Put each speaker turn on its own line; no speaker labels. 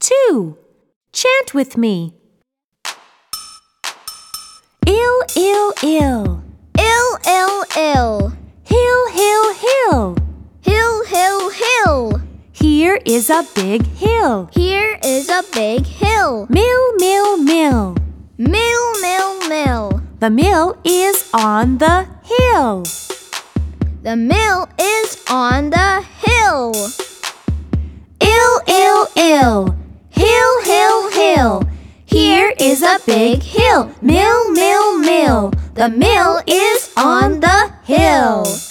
do? Chant with me. Ill, ill, ill.
Ill, ill, ill.
Hill, hill, hill.
Hill, hill, hill.
Here is a big hill.
Here is a big hill.
Mill, mill, mill.
Mill, mill, mill.
The mill is on the hill.
The mill is on the hill.
Ill, ill, ill. Hill, hill, hill. Here is a big hill. Mill, mill, mill. The mill is on the hill.